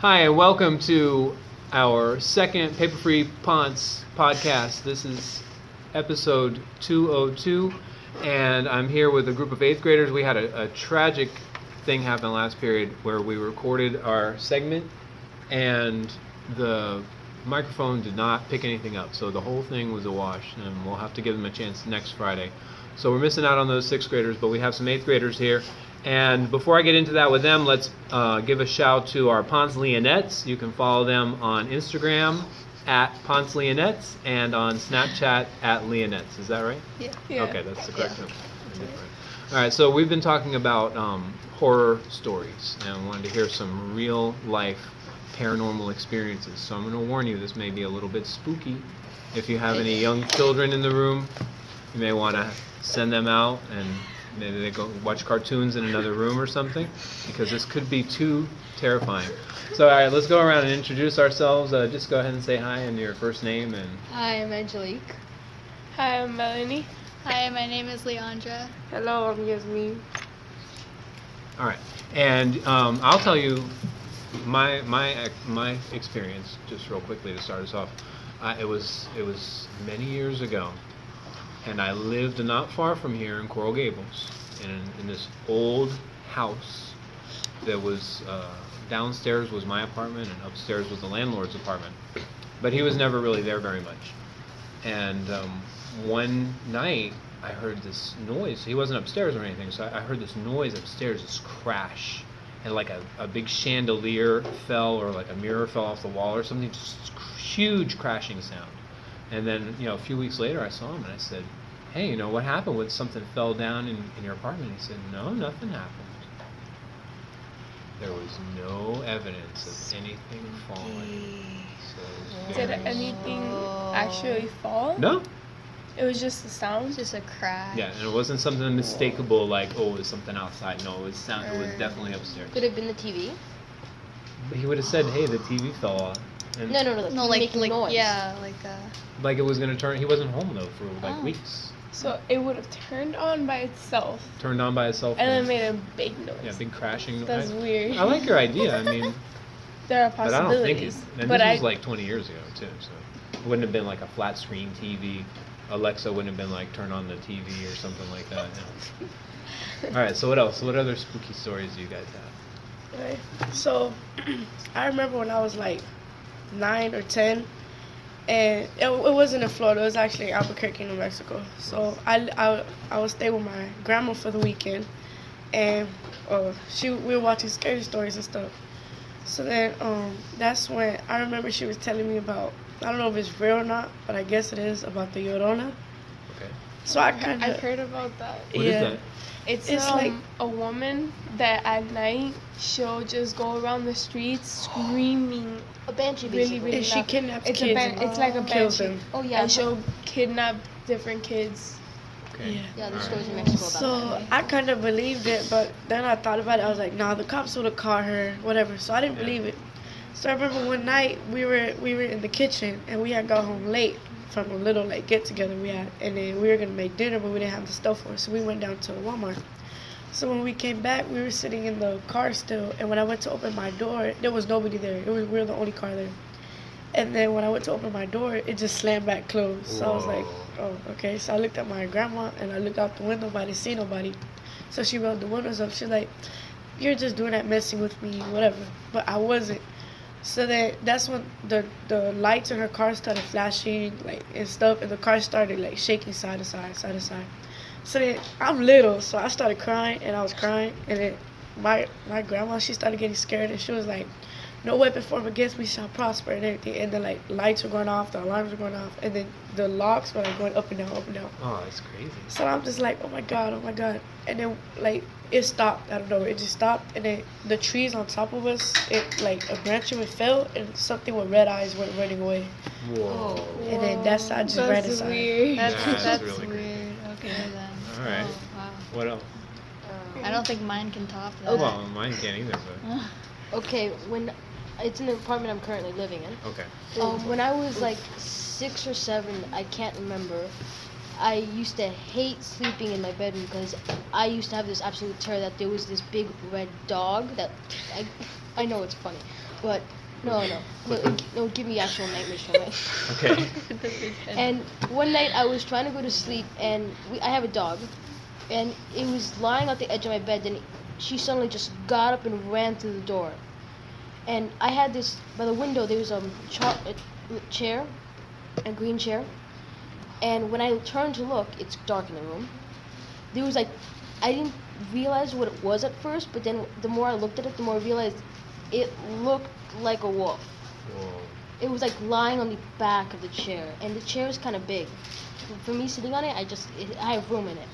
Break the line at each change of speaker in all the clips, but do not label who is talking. Hi, and welcome to our second Paper Free Ponce podcast. This is episode 202, and I'm here with a group of eighth graders. We had a, a tragic thing happen last period where we recorded our segment, and the microphone did not pick anything up, so the whole thing was a wash, and we'll have to give them a chance next Friday. So we're missing out on those sixth graders, but we have some eighth graders here. And before I get into that with them, let's uh, give a shout to our Ponce Leonettes. You can follow them on Instagram at Ponce Leonettes and on Snapchat at Leonettes. Is that right?
Yeah.
Okay, that's the correct number. All right, so we've been talking about um, horror stories and wanted to hear some real life paranormal experiences. So I'm going to warn you, this may be a little bit spooky. If you have any young children in the room, you may want to send them out and maybe they go watch cartoons in another room or something because this could be too terrifying. So, all right, let's go around and introduce ourselves. Uh, just go ahead and say hi and your first name and
Hi, I'm Angelique.
Hi, I'm Melanie.
Hi, my name is Leandra.
Hello, I'm Yasmin.
All right, and um, I'll tell you my my ex- my experience just real quickly to start us off. Uh, it was it was many years ago, and I lived not far from here in Coral Gables, in in this old house that was uh, downstairs was my apartment and upstairs was the landlord's apartment, but he was never really there very much. And um, one night, I heard this noise. He wasn't upstairs or anything, so I, I heard this noise upstairs, this crash, and like a, a big chandelier fell or like a mirror fell off the wall or something, just huge crashing sound. And then, you know, a few weeks later, I saw him and I said, "Hey, you know what happened? When something fell down in, in your apartment?" He said, "No, nothing happened." There was no evidence of anything falling. So it was
Did
very-
anything actually fall?
No,
It was just the
It's
sound.
just a crash.
Yeah, and it wasn't something mistakable like, oh, it was something outside. No, it was sound. It was
Or-
definitely upstairs.
Could have been the TV.
But he would have said, hey, the TV fell off. And
No, no, no.
No, like,
making
like
noise.
yeah, like uh,
Like it was gonna turn. He wasn't home though for like
Oh.
weeks.
So it would have turned on by itself
Turned on by itself.
and then made a big noise.
yeah, big crashing.
That's
I,
weird.
I like your idea. I mean,
there are
but I don't think
possibilities.
it's. And
but
this
I,
was like 20 years ago too, so it wouldn't have been like a flat screen TV. Alexa wouldn't have been like turn on the TV or something like that. no. All right. So what else? What other spooky stories do you guys have?
Right. So I remember when I was like nine or ten, and it, it wasn't in Florida. It was actually in Albuquerque, New Mexico. So I I I would stay with my grandma for the weekend, and uh, she we were watching scary stories and stuff. So then um, that's when I remember she was telling me about I don't know if it's real or not, but I guess it is about the Llorona.
Okay.
So I kind
I've
of
heard about that.
What is
Yeah.
that?
It's,
It's
um,
like-
a woman that at night she'll just go around the streets screaming.
A banshee,
Really,
basically.
really-
she kidnapped
It's
kids
a ban-
and
It's like a
kills
banshee.
them.
Oh yeah.
And she'll kidnap different kids.
Okay.
Yeah.
yeah,
All
there's
right.
stories in Mexico about
So
that.
I kind of believed it, but then I thought about it. I was like, nah, the cops would have caught her, whatever. So I didn't
Yeah.
believe it. So I remember one night we were we were in the kitchen and we had got home late from a little like get together we had, and then we were gonna make dinner, but we didn't have the stuff for it, so we went down to Walmart. So when we came back, we were sitting in the car still, and when I went to open my door, there was nobody there. It was we were the only car there. And then when I went to open my door, it just slammed back closed. So I was like, oh, okay. So I looked at my grandma and I looked out the window, but I didn't see nobody. So she rolled the windows up. She's like, you're just doing that messing with me, whatever. But I wasn't. So then that's when the, the lights in her car started flashing, like, and stuff. And the car started, like, shaking side to side, side to side. So then I'm little, so I started crying and I was crying. And then my, my grandma, she started getting scared and she was like, no weapon formed against me shall prosper and everything. And then like lights were going off, the alarms were going off, and then the locks were like going up and down, up and down.
Oh, that's crazy.
So I'm just like, oh my god, oh my god. And then like it stopped. I don't know. It just stopped. And then the trees on top of us, it like a branch of it fell, and something with red eyes went running away.
Whoa.
Oh,
And then that's I just ran
That's
inside.
weird.
that's
that's
that's
really
weird.
creepy.
Okay then.
All right.
Oh, wow.
What else?
I don't think mine can top that.
Well, mine can't either, but
Uh, okay, when it's in the apartment I'm currently living in.
okay.
Um, when I was like six or seven, I can't remember. I used to hate sleeping in my bedroom because I used to have this absolute terror that there was this big red dog that I, I know it's funny, but No, no. No, no give me actual night mission. Right?
Okay.
And one night I was trying to go to sleep, and we, I have a dog, and it was lying on the edge of my bed. Then she suddenly just got up and ran through the door, and I had this by the window. There was um, cha- a chair, a green chair, and when I turned to look, it's dark in the room. There was like, I didn't realize what it was at first, but then the more I looked at it, the more I realized it looked like a wolf
Whoa.
it was like lying on the back of the chair, and the chair was kind of big. For me sitting on it, I just it, I have room in it,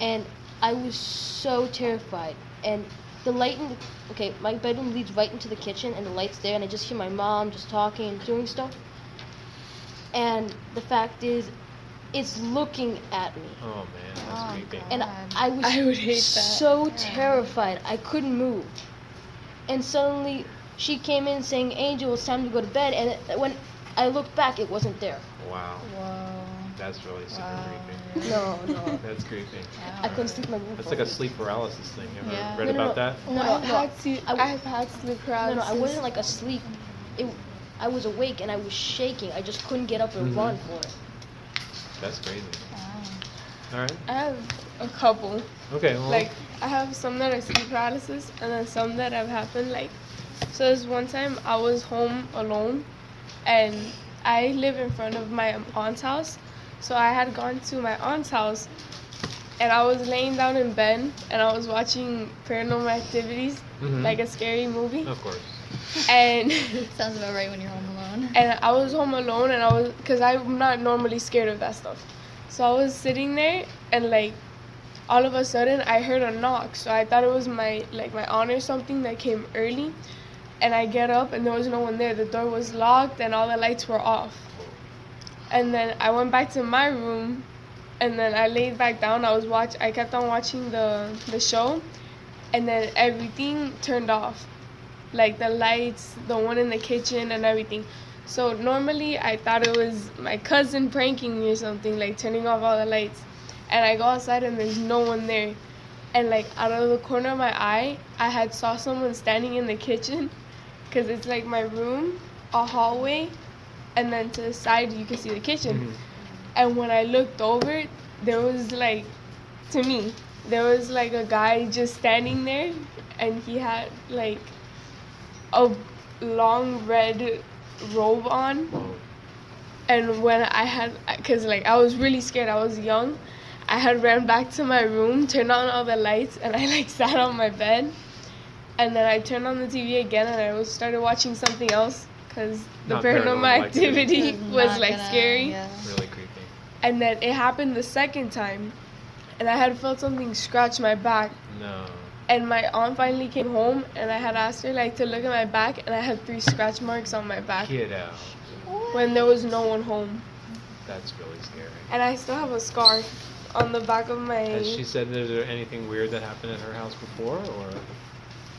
and I was so terrified. And the light in the, okay, my bedroom leads right into the kitchen, and the light's there, and I just hear my mom just talking and doing stuff. And the fact is, it's looking at me,
Oh man, that's
Oh,
creepy.
God.
and
God.
I was
I would hate that.
so terrified I couldn't move. And suddenly she came in saying, "Angel, it's time to go to bed." And when I looked back, it wasn't there.
Wow,
Whoa.
that's really super
Wow.
creepy.
No, no.
That's creepy.
I couldn't sleep in my room.
That's
for
like a
week.
sleep paralysis thing. You ever
Yeah.
read
No, no,
about
no.
that?
No, no,
I've
no.
had sleep.
I w-
I've had sleep
No, no,
paralysis.
I wasn't like asleep. It, I was awake and I was shaking. I just couldn't get up and
Mhm.
run for it.
That's crazy.
Wow.
All right.
I have a couple.
Okay. Well,
Like I have some that are sleep paralysis, and then some that have happened. Like, so there's one time I was home alone, and I live in front of my aunt's house, so I had gone to my aunt's house, and I was laying down in bed, and I was watching Paranormal Activities,
mhm.
like a scary movie,
of course.
and
Sounds about right when you're home alone.
and I was home alone, and I was because I'm not normally scared of that stuff. So I was sitting there, and like, all of a sudden, I heard a knock. So I thought it was my like my aunt or something that came early, and I get up, and there was no one there. The door was locked, and all the lights were off. And then I went back to my room, and then I laid back down. I was watch. I kept on watching the the show, and then everything turned off, like the lights, the one in the kitchen, and everything. So normally I thought it was my cousin pranking me or something, like turning off all the lights. And I go outside and there's no one there. And like out of the corner of my eye, I had saw someone standing in the kitchen, cause it's like my room, a hallway, and then to the side you can see the kitchen.
Mhm.
And when I looked over, there was like, to me, there was like a guy just standing there, and he had like a long red robe on.
Whoa.
And when I had, because like I was really scared, I was young. I had ran back to my room, turned on all the lights, and I like sat on my bed. And then I turned on the TV again, and I was started watching something else because the
Not
paranormal,
paranormal
activity
It's
was
not
like
gonna-
scary.
Yeah.
Really creepy.
And then it happened the second time, and I had felt something scratch my back.
No.
And my aunt finally came home, and I had asked her like to look at my back, and I had three scratch marks on my back
Get out.
when there was no one home.
That's really scary.
And I still have a scar on the back of my.
Has she said is there anything weird that happened at her house before, or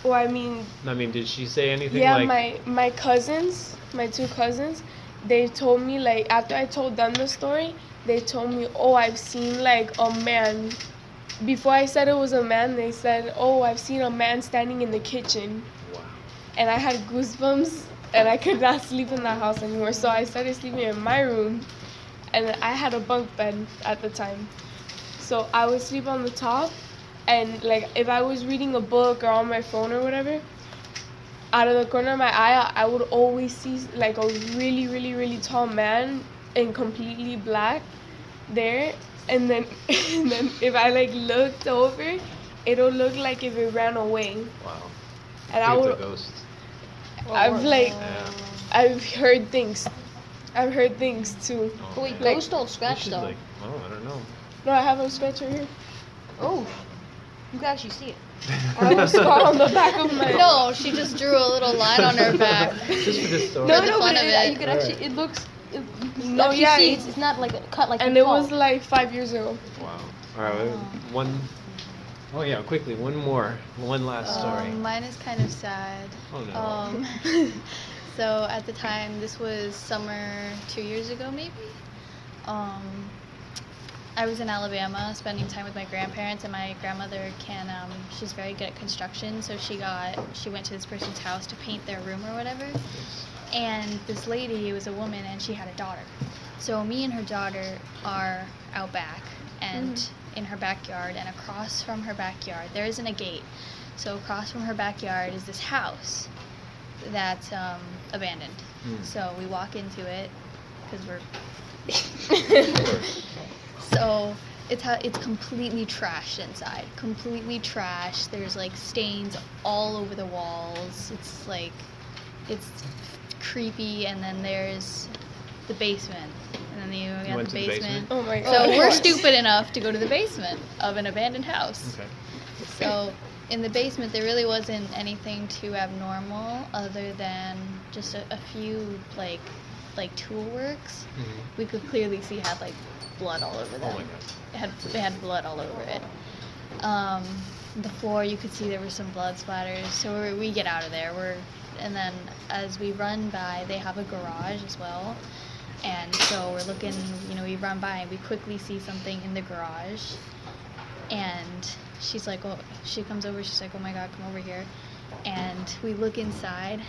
Well, I mean,
I mean, did she say anything
yeah,
like?
my my cousins, my two cousins, they told me like after I told them the story, they told me, oh, I've seen like a man. Before I said it was a man, they said, oh, I've seen a man standing in the kitchen,
wow.
and I had goosebumps, and I could not sleep in that house anymore. So I started sleeping in my room, and I had a bunk bed at the time, so I would sleep on the top, and like if I was reading a book or on my phone or whatever, out of the corner of my eye, I would always see like a really, really, really tall man in completely black there, and then, and then if I like looked over, it'll look like if it ran away, and
Wow.
I
Creeped
would Oh.
a ghost.
I've
Oh,
like
Yeah.
I've heard things. I've heard things too.
Oh,
But wait,
man.
ghosts don't
You
scratch
should,
though.
like, oh, I don't know.
No, I have a scratch right here.
oh, you can actually see it.
I have a scar on the back of my.
No, she just drew a little line on her back.
Just for this story.
For
No,
the
no,
fun
but
of
it,
it.
you can
Alright.
actually. It looks. It, you can
No,
actually
yeah,
see
it-
it's, it's not like a cut like.
And
a
it was
claw.
like five years ago.
Wow. All right. One. Oh yeah, quickly. One more. One last story.
Um, mine is kind of sad.
oh no.
Um, so at the time, this was summer two years ago, maybe. Um, I was in Alabama spending time with my grandparents, and my grandmother can um, she's very good at construction, so she got she went to this person's house to paint their room or whatever, and this lady was a woman and she had a daughter, so me and her daughter are out back and in her backyard, and across from her backyard there isn't a gate, so across from her backyard is this house that's um, abandoned.
Mm.
So we walk into it because we're
Sure.
so it's ha- it's completely trashed inside. Completely trashed. There's like stains all over the walls. It's like it's creepy and then there's the basement. And then you got
went
the
to the
basement.
basement?
Oh my
So
god.
we're stupid enough to go to the basement of an abandoned house.
Okay.
So in the basement there really wasn't anything too abnormal other than just a, a few like like tool works. We could clearly see had like blood all over
Oh
them
my god.
it had it had blood all over it. Um, the floor, you could see there were some blood splatters. So we're, we get out of there. We're and then as we run by, they have a garage as well. And so we're looking, you know, we run by and we quickly see something in the garage. And she's like, oh, she comes over. She's like, oh my god, come over here. And we look inside,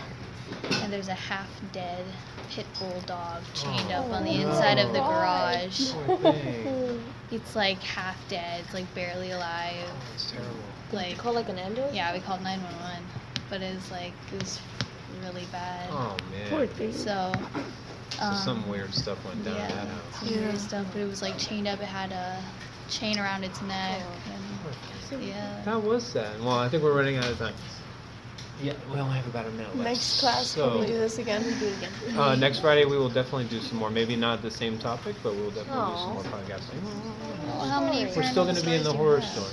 and there's a half-dead pit bull dog chained up on the inside of the
Oh.
garage.
Poor thing.
It's like half dead. It's like barely alive.
It's terrible.
Like
Call like an ambulance?
yeah, we called nine one one, but it was like it was really bad.
Oh man.
Poor thing.
So
So
um,
some weird stuff went down
yeah,
in that house.
some weird stuff. But it was like chained up. It had a chain around its neck. And, yeah.
That was sad. Well, I think we're running out of time. Yeah, we only have about a minute left.
Next class,
so,
can we do this again?
Uh, next Friday, we will definitely do some more. Maybe not the same topic, but we'll definitely do
Aw.
some more podcasting.
Well, how many
We're still going to be in the horror story.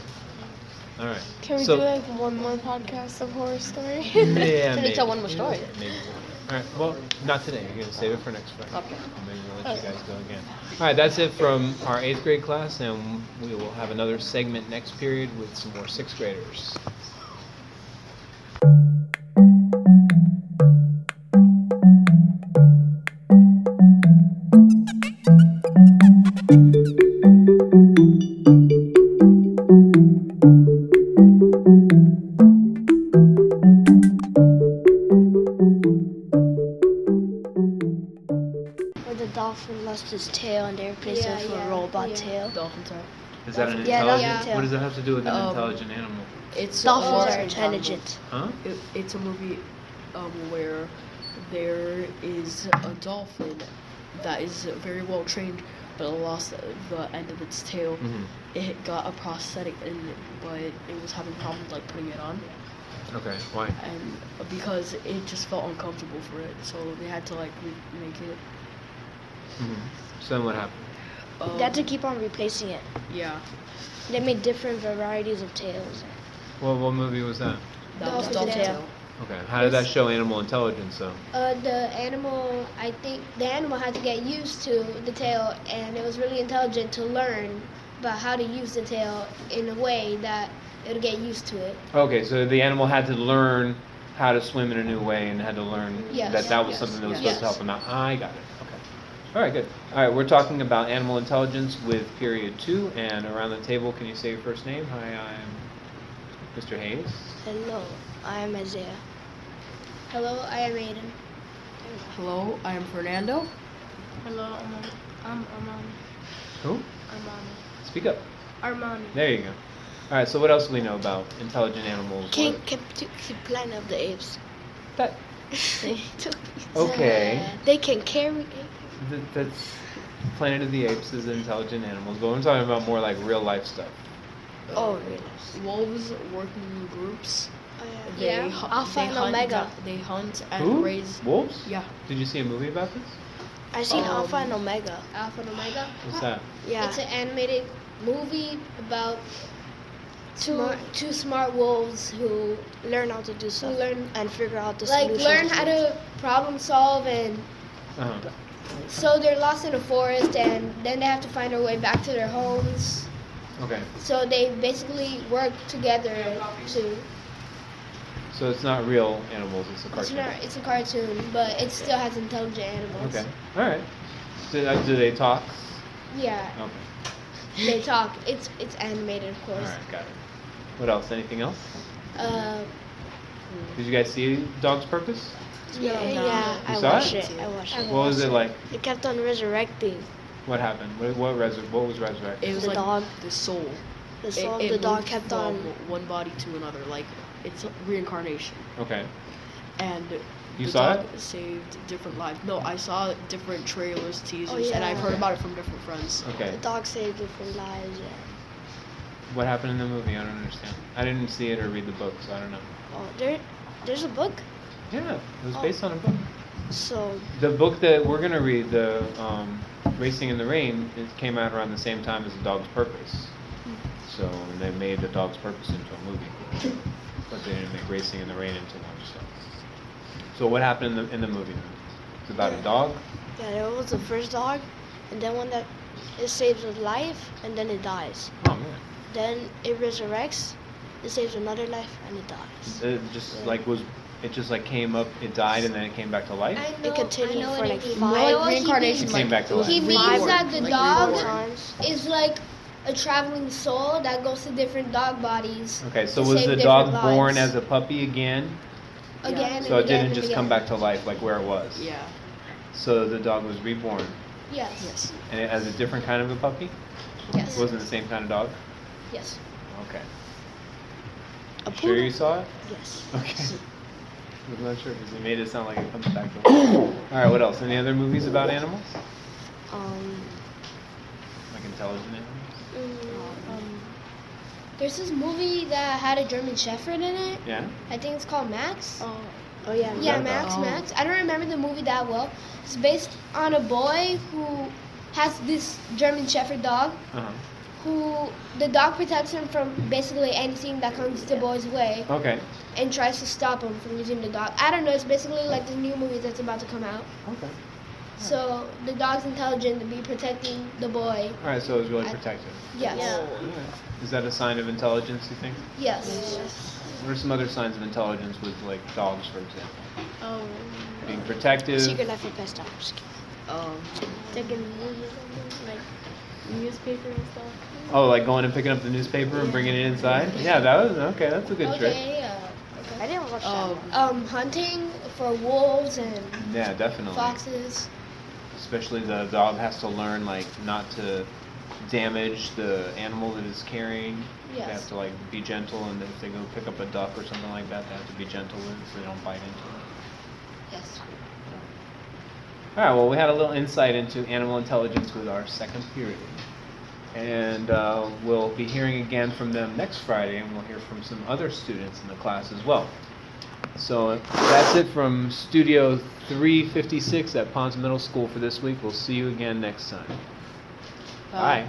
All right.
Can we
so,
do like one more podcast of horror story?
Yeah,
Should we
maybe.
tell one more story?
Maybe. All right. Well, not today. You're going to save it for next Friday.
Okay.
Maybe we'll let you guys go again. All right. That's it from our eighth grade class, and we will have another segment next period with some more sixth graders.
Where the dolphin lost his tail and they replaced
Yeah,
it with
yeah,
a robot
yeah.
tail.
Dolphins are.
Is that an
Yeah,
intelligent?
that's-
What does that have to do with an
Um,
intelligent animal?
It's
Dolphins
uh,
are intelligent.
Huh?
It, it's a movie um, where there is a dolphin that is very well trained, but lost the end of its tail.
hmm
It got a prosthetic, and but it was having problems like putting it on,
Okay. Why?
and because it just felt uncomfortable for it, so they had to like re- make it.
hmm So then what happened?
Um,
Oh.
They had to keep on replacing it.
yeah.
They made different varieties of tails.
Well, what movie was that?
That was
Dolphin
dolphin
tail.
tail.
Okay. How did that show animal intelligence though?
Uh, the animal, I think the animal had to get used to the tail, and it was really intelligent to learn about how to use the tail in a way that it'll get used to it.
Okay, so the animal had to learn how to swim in a new way and had to learn
Yes.
that that was
Yes.
something that was
Yes.
supposed to help them out. I got it. Okay. All right, good. All right, we're talking about animal intelligence with period two, and around the table, can you say your first name? Hi, I'm Mr. Hayes.
Hello, I am Isaiah.
Hello, I am Aiden.
Hello, I am Fernando.
Hello, I'm Armani.
Who?
Armani.
Speak up.
Armani.
There you go. All right, so what else do we know about intelligent animals?
King
What-
captu- the Planet of the Apes.
That,
uh,
okay.
They can carry.
Th- that's Planet of the Apes is intelligent animals, but I'm talking about more like real life stuff.
Oh, really?
Wolves work in groups. They
Uh, Yeah,
hu-
Alpha
they
and
hunt
Omega.
They hunt and
Who?
raise.
Wolves?
Yeah.
Did you see a movie about this?
I seen
Um,
Alpha and Omega.
Alpha and uh, Omega.
What's that?
Yeah.
It's an animated movie about two
Smart.
two smart wolves who
learn how to do stuff
learn-
and figure out the
like
solutions
learn how
it.
to problem solve and
Uh-huh.
so they're lost in a forest and then they have to find their way back to their homes.
Okay.
So they basically work together to.
So it's not real animals, it's a
It's
cartoon.
not. It's a cartoon, but it still has intelligent animals.
okay. All right. Do, uh, do they talk?
Yeah.
Okay.
they talk. It's it's animated, of
All
course.
right, got it. What else? Anything else?
Uh,
Did you guys see Dog's Purpose?
yeah,
yeah,
You
I
saw
watched
it?
it. I watched it.
I
What was it like?
It kept on resurrecting
What happened? What what, resur- what was resurrected?
It was
The
like
dog.
the soul.
the
It-
soul.
it
the dog
moved
kept
from
on.
one body to another, like it's reincarnation.
Okay.
And
You
the
saw
dog saved different lives. No, I saw different trailers, teasers, and
Oh,
I've
yeah.
heard about it from different friends.
Okay.
The dog saved different lives. Yeah.
What happened in the movie? I don't understand. I didn't see it or read the book, so I don't know.
Oh, there, there's a book.
Yeah, it was
Oh.
based on a book.
So
The book that we're gonna read, the um, Racing in the Rain, it came out around the same time as The Dog's Purpose. So and they made The Dog's Purpose into a movie, but they didn't make Racing in the Rain into one. So, so what happened in the in the movie? then? It's about a dog.
yeah, there was the first dog, and then one that it saves a life, and then it dies.
Oh man,
Then it resurrects, it saves another life, and it dies.
it just like was it just like came up, it died, and then it came back to life.
I know,
It continued
I know
for
what
like
he means.
five-
I know what he
Reincarnation,
It
means.
came back to
He
life.
means
Reborn.
that the
Like
dog
reborn.
Times.
is like a traveling soul that goes to different dog bodies
Okay, so
to
was
save
the
different
dog born
lives.
as a puppy again?
again.
So
and
it
again
didn't
and
just
again.
come back to life like where it was.
Yeah.
So the dog was reborn,
Yes. Yes.
Yes.
and it, as a different kind of a puppy.
Yes.
It wasn't the same kind of dog.
Yes.
Okay.
A
You sure you
poodle.
saw it?
Yes.
Okay. I'm not sure because you made it sound like it comes back. to life. All right. What else? Any other movies about animals?
Um.
Like intelligent animals?
Um, there's this movie that had a German Shepherd in it.
Yeah.
I think it's called Max.
Oh. Oh yeah.
Yeah,
that
Max,
about?
Max. I don't remember the movie that well. It's based on a boy who has this German Shepherd dog
Uh
who the dog protects him from basically anything that comes the boy's way
huh. Okay.
and tries to stop him from using the dog. I don't know, it's basically like the new movie that's about to come out.
Okay.
So the dog's intelligent to be protecting the boy.
All right. So it was really
I-
protective.
Yes.
Okay. Is that a sign of intelligence? You think?
Yes.
What are some other signs of intelligence with like dogs, for example?
Oh.
Being protective.
Secret life of pets. No, I'm just kidding.
Um,
Taking movies, like newspaper and stuff.
Oh, like going and picking up the newspaper and bringing it inside? Yeah, that was okay. That's a good trick.
Okay. Uh,
I didn't watch that.
um,
one.
um, hunting for wolves and
Yeah, definitely.
foxes.
Especially the dog has to learn like not to damage the animal that it's carrying. They
Yes.
have to like be gentle, and if they go pick up a duck or something like that, they have to be gentle with it so they don't bite into it.
Yes.
All right. Well, we had a little insight into animal intelligence with our second period. And uh, we'll be hearing again from them next Friday, and we'll hear from some other students in the class as well. So that's it from Studio 356 at Ponds Middle School for this week. We'll see you again next time. Bye.